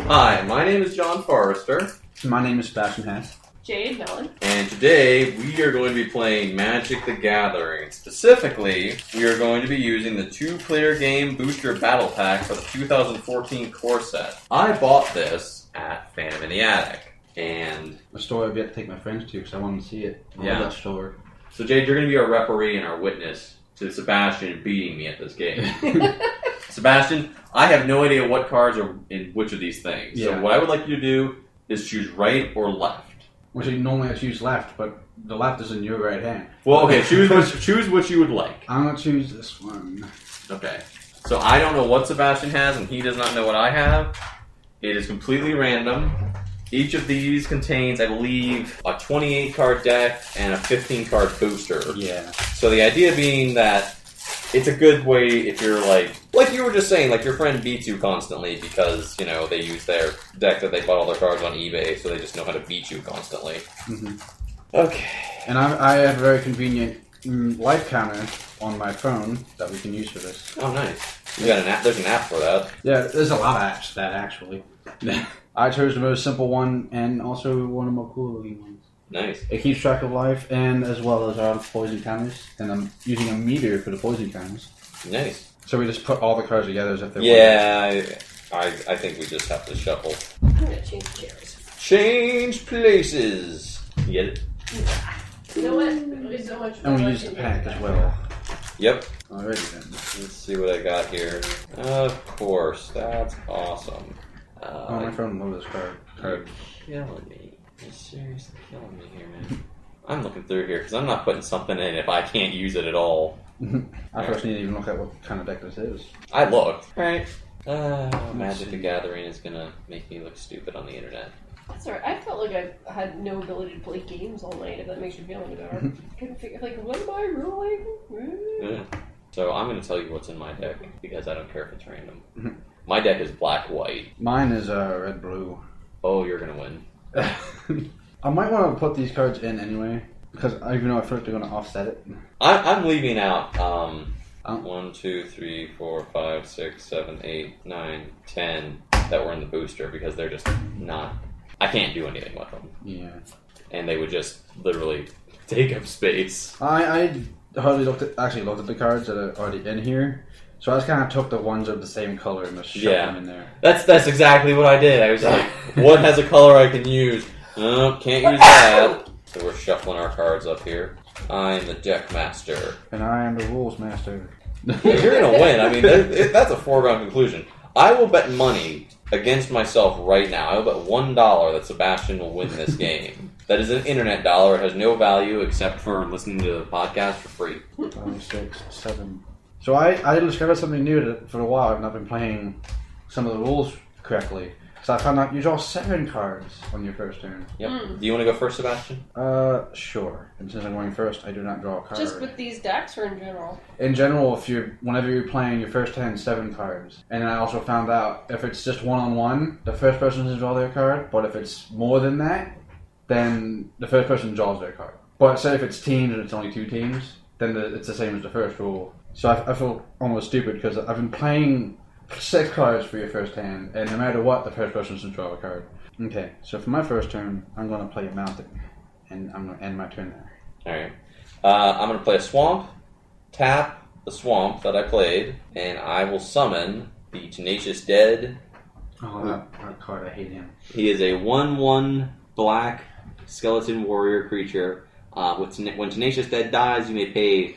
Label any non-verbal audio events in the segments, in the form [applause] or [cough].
Hi, my name is John Forrester, My name is Sebastian Hash. Jade Mellon. and today we are going to be playing Magic the Gathering. Specifically, we are going to be using the two player game booster battle pack for the 2014 core set. I bought this at Phantom in the Attic. And A store I've yet to take my friends to because I want them to see it. I Yeah. love that [laughs] store. so, Jade, you're going to be our referee and our witness to Sebastian beating me at this game. [laughs] Sebastian, I have no idea what cards are in which of these things. Yeah. So, what I would like you to do is choose right or left. Which I normally I choose left, but the left is in your right hand. Well, okay, choose what, choose what you would like. I'm gonna choose this one. Okay. So I don't know what Sebastian has, and he does not know what I have. It is completely random. Each of these contains, I believe, a 28 card deck and a 15 card booster. Yeah. So the idea being that it's a good way if you're like, like you were just saying, like your friend beats you constantly because, you know, they use their deck that they bought all their cards on eBay, so they just know how to beat you constantly. hmm Okay. And I, I have a very convenient mm, life counter on my phone that we can use for this. Oh, nice. You got an app, there's an app for that. Yeah, there's a lot of apps for that actually. [laughs] I chose the most simple one and also one of my cooler ones. Nice. It keeps track of life and as well as our poison counters, and I'm using a meter for the poison counters. Nice. So we just put all the cards together as if they were. Yeah, I, I, I think we just have to shuffle. I'm gonna change chairs. Change places. You get it? You know what? There's so much And we more use the in pack there. as well. Yep. Already then. Let's see what I got here. Of course, that's awesome. Uh, Oh, my phone loves this card. you're killing me. You're seriously killing me here, man. I'm looking through here because I'm not putting something in if I can't use it at all. I first need to even look at what kind of deck this is. I looked. Right. Uh, Magic the Gathering is gonna make me look stupid on the internet. That's alright. I felt like I had no ability to play games all night. If that makes you feel any better. [laughs] Couldn't figure like what am I rolling? Yeah. So I'm gonna tell you what's in my deck because I don't care if it's random. Mhm. my deck is black white. Mine is uh, red blue. [laughs] Oh, you're gonna win. I might want to put these cards in anyway because I even though I feel like they're going to offset it. I, I'm leaving out um, Um. one, two, three, four, five, six, seven, eight, nine, ten that were in the booster because they're just not. I can't do anything with them, Yeah. and they would just literally take up space. I, I hardly looked at actually looked at the cards that are already in here, so I just kind of took the ones of the same color and just shoved Yeah. them in there. That's that's exactly what I did. I was like, what has a color I can use? Oh, can't use that. So we're shuffling our cards up here. I'm the deck master. And I am the rules master. Yeah, [laughs] you're gonna win. I mean, that, it- that's a foregone conclusion. I will bet money against myself right now. I will bet one dollar that Sebastian will win this game. That is an internet dollar. It has no value except for listening to the podcast for free. Five, six, seven. So I, I discovered something new that for a while I've not been playing some of the rules correctly. So I found out you draw seven cards on your first turn. Yep. Mm. Do you want to go first, Sebastian? Uh, sure. And since I'm going first, I do not draw a card. Just with these decks or in general. [laughs] In general, if you're whenever you're playing your first hand, seven cards. And I also found out if it's just one on one, the first person to draw their card. But if it's more than that, then the first person draws their card. But say if it's teams and it's only two teams, then the, it's the same as the first rule. So I, I feel almost stupid because I've been playing six cards for your first hand, and no matter what, the first person to draw a card. Okay, so for my first turn, I'm going to play a mountain, and I'm going to end my turn there. All right. Uh, I'm gonna play a swamp. Tap the swamp that I played, and I will summon the tenacious dead. Oh, that, that card, I hate him. He is a one-one black skeleton warrior creature. Uh, with tena- when Tenacious Dead dies, you may pay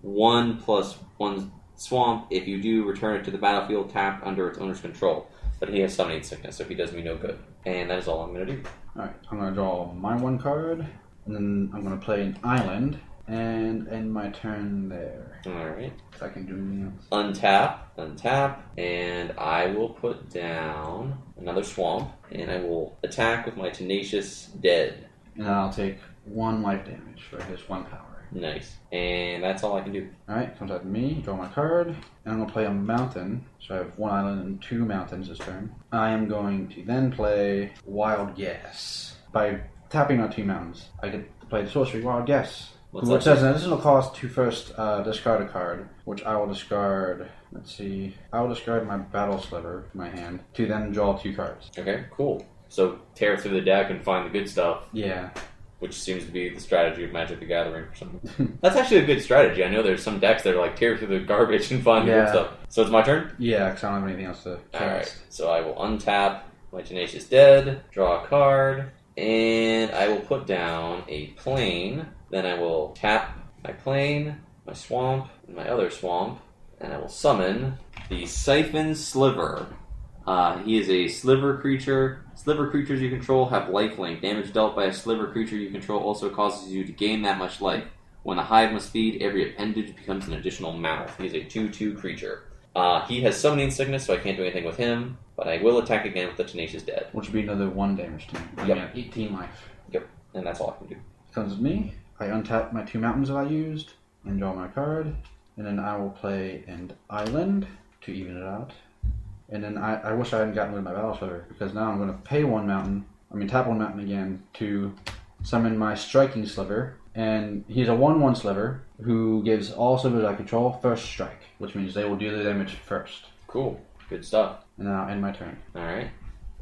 one plus one swamp. If you do, return it to the battlefield tapped under its owner's control. But he has summoning sickness, so he does me no good. And that is all I'm going to do. Alright, I'm gonna draw my one card, and then I'm gonna play an island, and end my turn there. All right. If I can do anything else. Untap, untap, and I will put down another swamp, and I will attack with my Tenacious Dead. And then I'll take one life damage for his one power. Nice. And that's all I can do. Alright, comes out to me, draw my card, and I'm gonna play a mountain. So I have one island and two mountains this turn. I am going to then play Wild Guess. By tapping my two mountains, I get to play the sorcery Wild Guess. What's which up? says an additional cost to first uh, discard a card, which I will discard. Let's see. I will discard my battle sliver from my hand to then draw two cards. Okay, cool. So tear through the deck and find the good stuff, Yeah. [laughs] which seems to be the strategy of Magic the Gathering or something. That's actually a good strategy. I know there's some decks that are like tear through the garbage and find the good Yeah. stuff. So it's my turn? Yeah, because I don't have anything else to cast. Alright. So I will untap my Tenacious Dead, draw a card, and I will put down a plane. Then I will tap my plane, my swamp, and my other swamp, and I will summon the Siphon Sliver. Uh, he is a sliver creature. Sliver creatures you control have lifelink. Damage dealt by a sliver creature you control also causes you to gain that much life. When the hive must feed, every appendage becomes an additional mouth. He is a 2 2 creature. Uh, he has summoning sickness, so I can't do anything with him, but I will attack again with the Tenacious Dead, Which would be another one damage to me. I Yep. mean, 18 life. and that's all I can do. Comes with me. I untap my two mountains that I used and draw my card. And then I will play an island to even it out. And then I, I wish I hadn't gotten rid of my battle sliver because now I'm going to pay one mountain, I mean, tap one mountain again to summon my striking sliver. And he's a 1 1 sliver who gives all slivers I control first strike, which means they will do the damage first. Cool. Good stuff. And then I'll end my turn. Alright.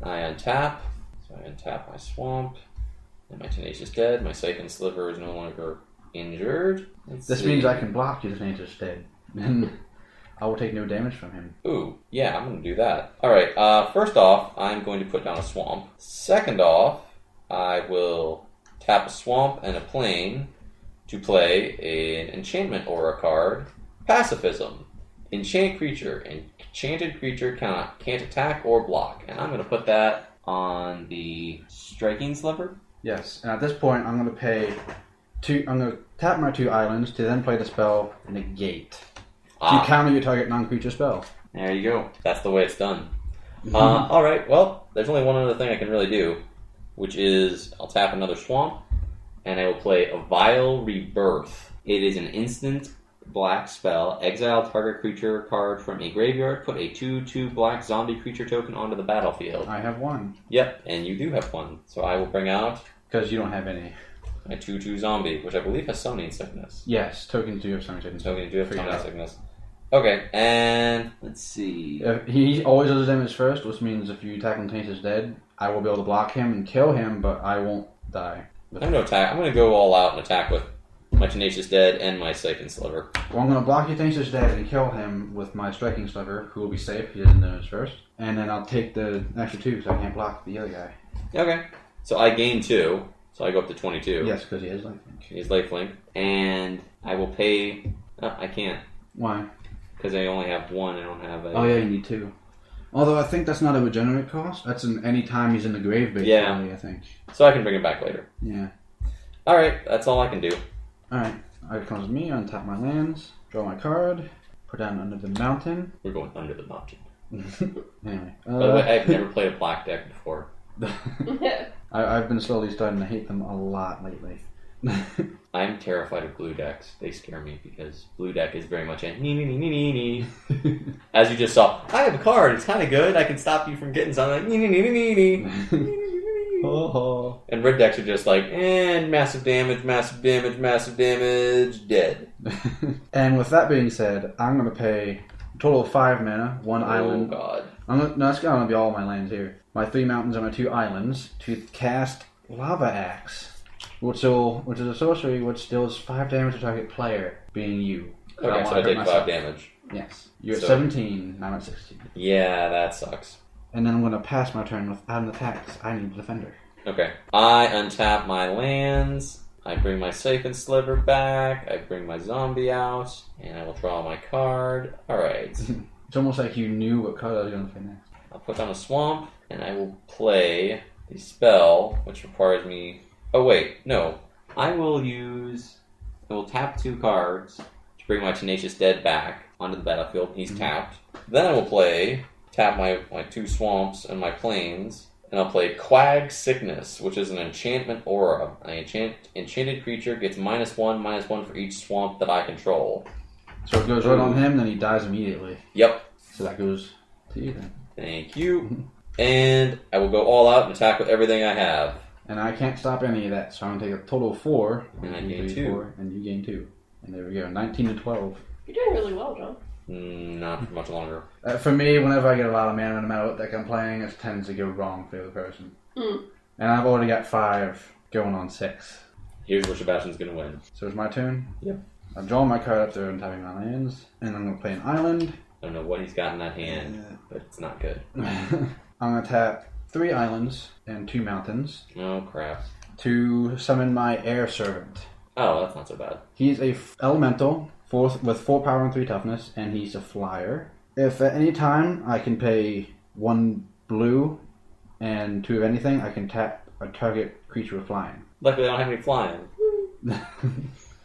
I untap. So I untap my Swamp, and my Tenacious Dead. My Siphon Sliver is no longer injured. Let's This see. means I can block you, this nature's dead. [laughs] And I will take no damage from him. Ooh, yeah, I'm going to do that. All right, uh, first off, I'm going to put down a swamp. Second off, I will tap a swamp and a plane to play an enchantment aura card, Pacifism. Enchant creature. Enchanted creature cannot, can't attack or block. And I'm going to put that on the striking sliver. Yes, and at this point, I'm going to pay two. I'm going to tap my two islands to then play the spell negate. To Ah, counter your target non-creature spell. there you go. That's the way it's done. Uh, all right. Well, there's only one other thing I can really do, which is I'll tap another swamp, and I will play a Vile Rebirth. It is an instant black spell. Exile target creature card from a graveyard. Put a two-two black zombie creature token onto the battlefield. I have one Yep, and you do have one. So I will bring out because you don't have any. my two-two zombie, which I believe has summoning sickness. Yes, tokens do have something. So I'm gonna do have Figure it summoning out. sickness. Okay, and let's see. If he always does damage first, which means if you attack him, taint is dead. I will be able to block him and kill him, but I won't die. I'm gonna attack. I'm gonna go all out and attack with my tenacious dead and my siphon sliver. Well, I'm going to block your taint is dead and kill him with my striking sliver, who will be safe. He doesn't damage first, and then I'll take the extra two because I can't block the other guy. Okay. So I gain two. So I go up to 22. Yes, because he has life. link. He's lifelink. And I will pay. Uh, I can't. Why? Because I only have one. I don't have a. Oh yeah, you need two. Although I think that's not a regenerate cost. That's an any time he's in the grave, basically. Yeah. I think. So I can bring it back later. Yeah. Alright. That's all I can do. All right. All right, comes with me. Untap my lands. Draw my card. Put down under the mountain. [laughs] We're going under the mountain. anyway. By the Uh, way, I've never played a black deck before. [laughs] I, I've been slowly starting to hate them a lot lately. [laughs] I'm terrified of blue decks. They scare me because blue deck is very much a nee nee nee nee nee nee. As you just saw, I have a card. It's kind of good. I can stop you from getting something. Like, nee nee nee [laughs] nee nee nee. oh. And red decks are just like, and massive damage, massive damage, massive damage, dead. and with that being said, I'm gonna pay a total of five mana, one Oh island, god. I'm gonna, no, that's gonna be all my lands here. My three mountains and my two islands to cast Lava Axe, which will, which is a sorcery which deals five damage to target player, being you. I Okay, wanna so I hurt take myself. five damage. Yes, you're at So- 17. and I'm at 16. Yeah, that sucks. And then I'm gonna pass my turn without an attack. 'cause I need a defender. Okay. I untap my lands. I bring my safe and sliver back. I bring my zombie out, and I will draw my card. All right. It's almost like you knew what card I was gonna play next. I'll put down a swamp, and I will play the spell, which requires me. Oh wait, no. I will use. I will tap two cards to bring my tenacious dead back onto the battlefield. He's Mhm. tapped. Then I will play tap my my two swamps and my plains, and I'll play Quag Sickness, which is an enchantment aura. An enchant enchanted creature gets minus one, minus one for each swamp that I control. So it goes right on him, then he dies immediately. Yep. So that goes to you then. Thank you. And I will go all out and attack with everything I have. and I can't stop any of that, so I'm gonna take a total of four. And I One, gain three, two. four, and you gain two. And there we go, nineteen to twelve. You're doing really well, John. Mm, Not for much longer. Uh, for me, whenever I get a lot of mana, no matter what deck I'm playing, it tends to go wrong for the other person. Mm. And I've already got five going on six. Here's where Sebastian's gonna win. So it's my turn. Yep. I'm drawing my card up there and tapping my lands, and I'm gonna play an island. I don't know what he's got in that hand, but it's not good. [laughs] I'm gonna tap three islands and two mountains Oh crap. to summon my air servant. Oh, that's not so bad. He's a f- elemental fourth with four power and three toughness, and he's a flyer. If at any time I can pay one blue and two of anything, I can tap a target creature with flying. [laughs] Luckily, I don't have any flying.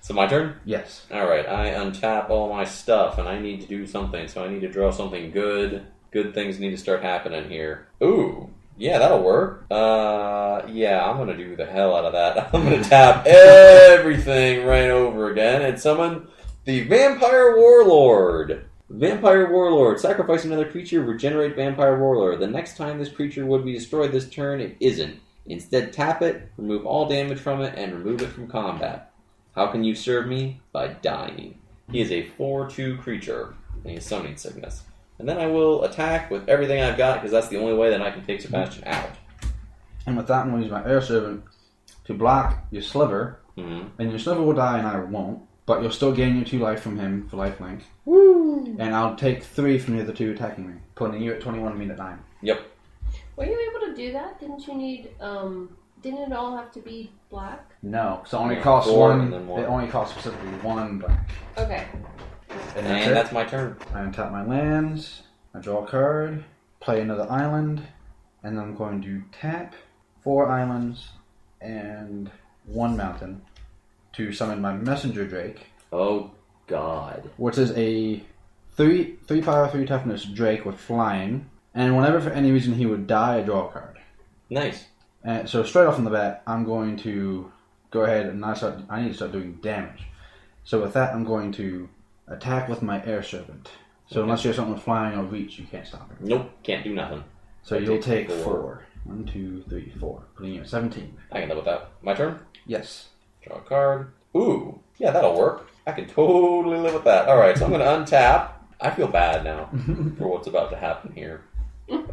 So my turn. yes. All right, I untap all my stuff, and I need to do something. So I need to draw something good. Good things need to start happening here. Ooh, yeah, that'll work. Uh, yeah, I'm gonna do the hell out of that. [laughs] I'm gonna tap everything right over again and summon the Vampire Warlord. Vampire Warlord, sacrifice another creature, regenerate Vampire Warlord. The next time this creature would be destroyed this turn, it isn't. Instead, tap it, remove all damage from it, and remove it from combat. How can you serve me? By dying. He is a 4 2 creature, and he has summoning sickness. And then I will attack with everything I've got, because that's the only way that I can take Sebastian out. And with that, I'm going to use my air servant to block your sliver, Mm-hmm. and your sliver will die, and I won't. But you'll still gain your two life from him for life link, Woo! and I'll take three from the other two attacking me, putting you at 21 and me at nine. Were you able to do that? Didn't you need? um Didn't it all have to be black? No, so it only Yeah, costs four one. and then one. It only costs specifically one black. Okay. [laughs] And that's that's, it? my turn. I untap my lands, I draw a card, play another island, and I'm going to tap four islands and one mountain to summon my messenger drake, Oh, God. which is a three three power three toughness drake with flying. And whenever for any reason he would die, I draw a card. Nice. And so straight off from the bat, I'm going to go ahead and I start. I need to start doing damage. So with that, I'm going to attack with my air serpent. So Okay. unless you have something flying or reach, you can't stop it. Nope, can't do nothing. So I you'll take take four. four. One, two, three, four. Putting you at 17. I can live with that. My turn. Yes. [laughs] Draw a card. Ooh, yeah, that'll work. I can totally live with that. All right, so I'm going to untap. I feel bad now. for what's about to happen here.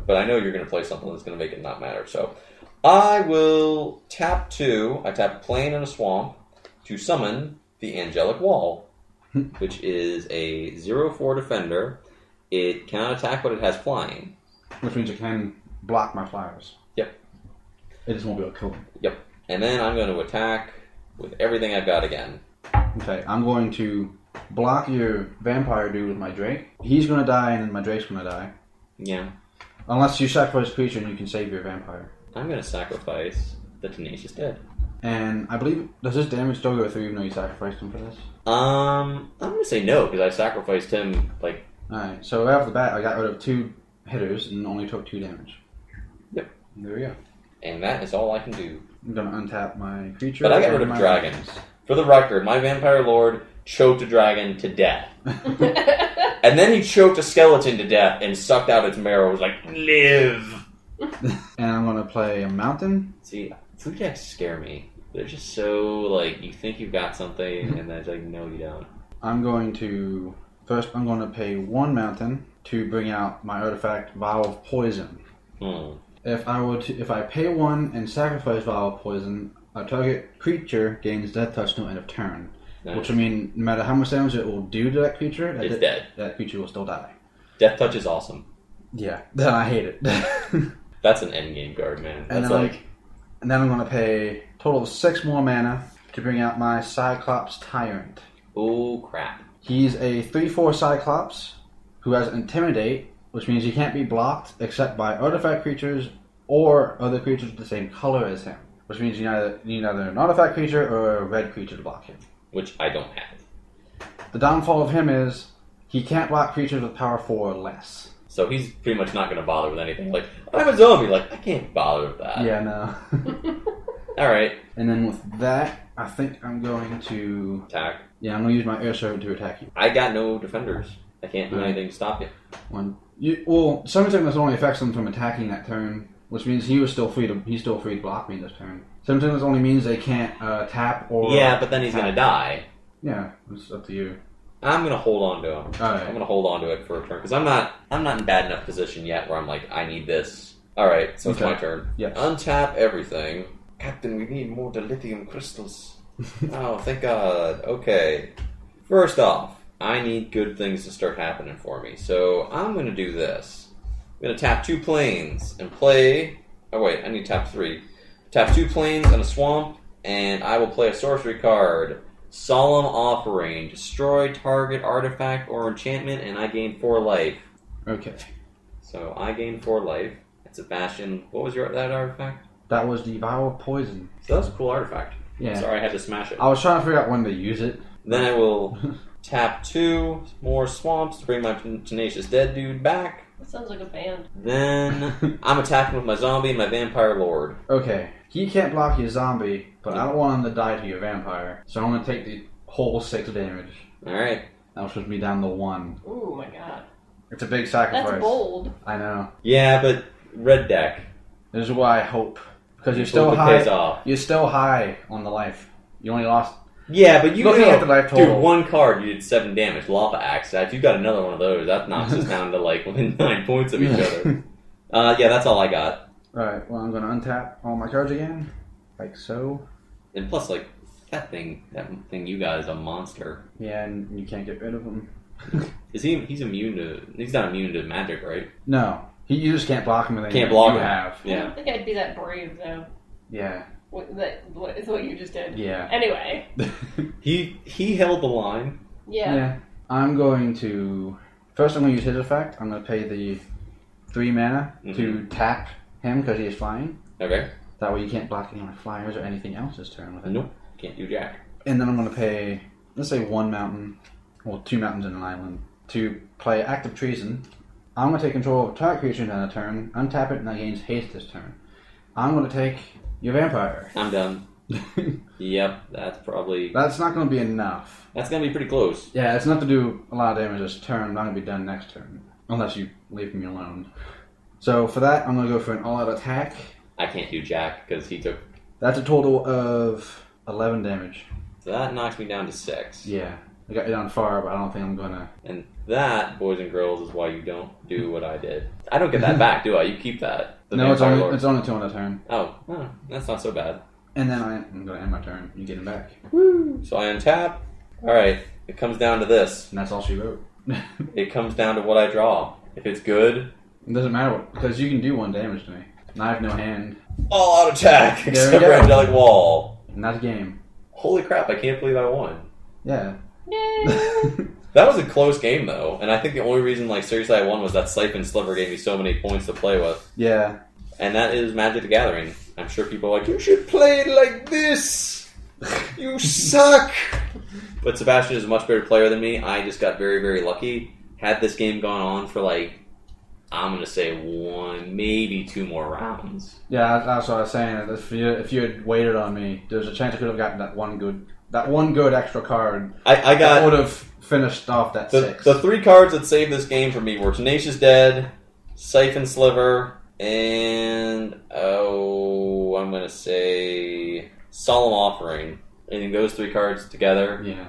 But I know you're going to play something that's going to make it not matter. So I will tap two. I tap a plane and a swamp to summon the Angelic Wall, which is a zero four defender. It cannot attack, but it has flying. Which means it can block my flyers. Yep. It just won't be able to kill them. And then I'm going to attack with everything I've got again. Okay, I'm going to block your vampire dude with my drake. He's going to die, and then my drake's going to die. Yeah. Unless you sacrifice a creature and you can save your vampire. I'm going to sacrifice the Tenacious Dead. And I believe, does this damage still go through even though you sacrificed him for this? Um, I'm going to say no because I sacrificed him like Alright, so right off the bat, I got rid of two hitters and only took two damage. Yep. There we go. and that is all I can do. I'm going to untap my creature. But I got rid and of my dragons. For the record, my vampire lord choked a dragon to death. [laughs] [laughs] And then he choked a skeleton to death and sucked out its marrow. It was like, live! and I'm gonna play a mountain. See, food decks scare me. They're just so, like, you think you've got something, and then it's like, no, you don't. I'm going to first. I'm going to pay one mountain to bring out my artifact Vow of Poison. Hmm. If I were to, if I pay one and sacrifice Vow of Poison, a target creature gains death touch till end of turn. Nice. Which I mean, no matter how much damage it will do to that creature, that, It's dead. that creature will still die. Death Touch is awesome. Yeah, [laughs] then I hate it. and That's an endgame guard, man. And That's then, like, then I'm going to pay total of six more mana to bring out my Cyclops Tyrant. oh crap. He's a 3 4 Cyclops who has Intimidate, which means he can't be blocked except by artifact creatures or other creatures of the same color as him. Which means you either you need either an artifact creature or a red creature to block him. Which I don't have. The downfall of him is he can't block creatures with power 4 or less. So he's pretty much not going to bother with anything. Like, I'm a zombie. Like, I can't bother with that. yeah, no. Alright, [laughs] and then with that, I think I'm going to. attack. Yeah, I'm going to use my air servant to attack you. I got no defenders. I can't do Hmm. anything to stop you. One. You, well, something that only affects them from attacking that turn, which means he was still free to he's still free to block me this turn. Sometimes it only means they can't uh, tap or yeah, but then he's gonna die. yeah. It's up to you. I'm gonna hold on to him. All I'm right, gonna hold on to it for a turn because I'm not I'm not in bad enough position yet where I'm like I need this. All right, so it's Okay. my turn. yes. Untap everything, Captain. We need more dilithium crystals. oh, thank God. Okay. First off, I need good things to start happening for me, so I'm gonna do this. I'm gonna tap two planes and play. Oh wait, I need to tap three. Tap two planes and a swamp, and I will play a sorcery card. Solemn Offering. Destroy target artifact or enchantment, and I gain four life. [laughs] Okay, So I gain four life. It's a bastion. What was your that artifact? that was devour poison. So that's a cool artifact. Yeah, Sorry, I had to smash it. I was trying to figure out when to [laughs] use it. Then I [laughs] will tap two more swamps to bring my tenacious dead dude back. That sounds like a band. Then I'm attacking with my zombie and my vampire lord. Okay, he can't block your zombie, but I don't want him to die to your vampire, so I'm gonna take the whole six damage. All right. That was supposed to be down to one. Oh my god. It's a big That's sacrifice. bold. I know. Yeah, but red deck. This is why I hope because you're Hope still it Pays high. off. You're still high on the life. You only lost Yeah, but you Looking know- at the life dude, total. one card you did seven damage. Lava axe. If you got another one of those, that knocks [laughs] us down to like within [laughs] nine points of each other. Uh, yeah, that's all I got. Alright, well, I'm gonna untap all my cards again. Like so. And plus, like that thing, that thing you got is a monster. Yeah, and you can't get rid of them. Is he? He's immune to. He's not immune to magic, right? [laughs] No. He, you just can't block him with anything. Can't block you him. have. I don't think I'd be that brave though. Yeah. What, that what is what you just [laughs] did. Yeah. Anyway, yeah. He he held the line. yeah. I'm going to. First, I'm gonna use his effect. I'm gonna pay the three mana to Mhm. tap him because he is flying. Okay, That way you can't block any of my flyers or anything else this turn with it. Nope. can't do jack. And then I'm going to pay, let's say one mountain, or two mountains and an island, to play active treason. I'm going to take control of a target creature in a turn, untap it, and that gains haste this turn. I'm going to take your vampire. [laughs] I'm done. Yep, that's probably That's not going to be enough. that's gonna be pretty close. Yeah, it's not to do a lot of damage this turn. I'm not going to be done next turn, unless you leave me alone. So for that, I'm going to go for an all-out attack. I can't do jack because he took. That's a total of 11 damage. So that knocks me down to six. Yeah, I got it on fire, but I don't think I'm going to. And that, boys and girls, is why you don't do what I did. I don't get that back, do I? You keep that. The No, it's Vampire only, Lord. it's only two on a turn. Oh, oh, that's not so bad. And then I, I'm going to end my turn. You get him back. So I untap. All right, it comes down to this. And that's all she wrote. [laughs] it It comes down to what I draw. If it's good, doesn't matter what, because you can do one damage to me. And I have no hand. all out attack There we except for go. angelic wall. And that's game. Holy crap! I can't believe I won. Yeah. [laughs] Yay! That was a close game though, and I think the only reason, like seriously, I won was that Siphon Sliver gave me so many points to play with, yeah. and that is Magic the Gathering. I'm sure people are like, you should play it like this. You suck. but Sebastian is a much better player than me. I just got very, very lucky. Had this game gone on for like, I'm gonna say one, maybe two more rounds. Yeah, that's, that's what I was saying. If you, if you had waited on me, there's a chance I could have gotten that one good that one good extra card I, I got that would have finished off that The, six. the three cards that saved this game for me were Tenacious Dead, Siphon Sliver, and oh, I'm gonna say Solemn Offering. I think those three cards together, yeah.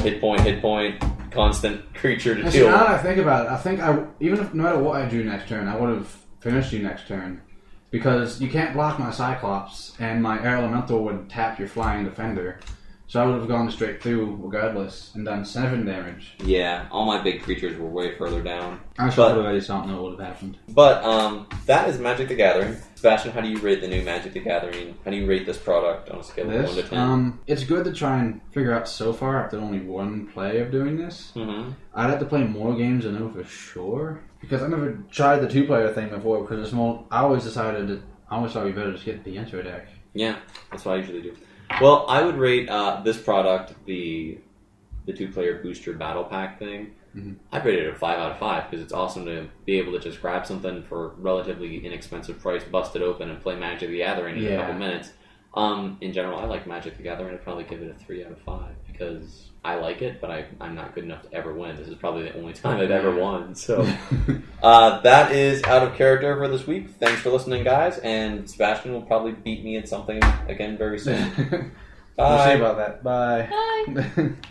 hit point, hit point, constant [laughs] creature to And so deal. now that with. I think about it, I think I even if no matter what I do next turn, I would have finished you next turn because you can't block my Cyclops, and my Air Elemental would tap your Flying Defender, so I would have gone straight through regardless and done seven damage. Yeah, all my big creatures were way further down. I But- should have just don't know what would have happened. But um, that is Magic the Gathering. Sebastian, how do you rate the new Magic the Gathering? How do you rate this product on a scale of one to This, ten? um, it's good to try and figure out so far after only one play of doing this. hmm I'd have to play more games to know for sure because I never tried the two-player thing before because it's more. I always decided that I always thought we better just get the intro deck. That's what I usually do. Well, I would rate uh, this product the the two player booster battle pack thing. Mhm. I'd rate it a five out of five because it's awesome to be able to just grab something for relatively inexpensive price, bust it open, and play Magic the Gathering in a Yeah. couple minutes. Um, in general, I like Magic the Gathering. I'd probably give it a three out of five because because I like it, but I, I'm not good enough to ever win. This is probably the [laughs] only time I've ever won. [laughs] So Uh, that is out of character for this week. Thanks for listening, guys. And Sebastian will probably [laughs] beat me at something again very soon. we'll see Bye. about that. Bye. [laughs] Bye.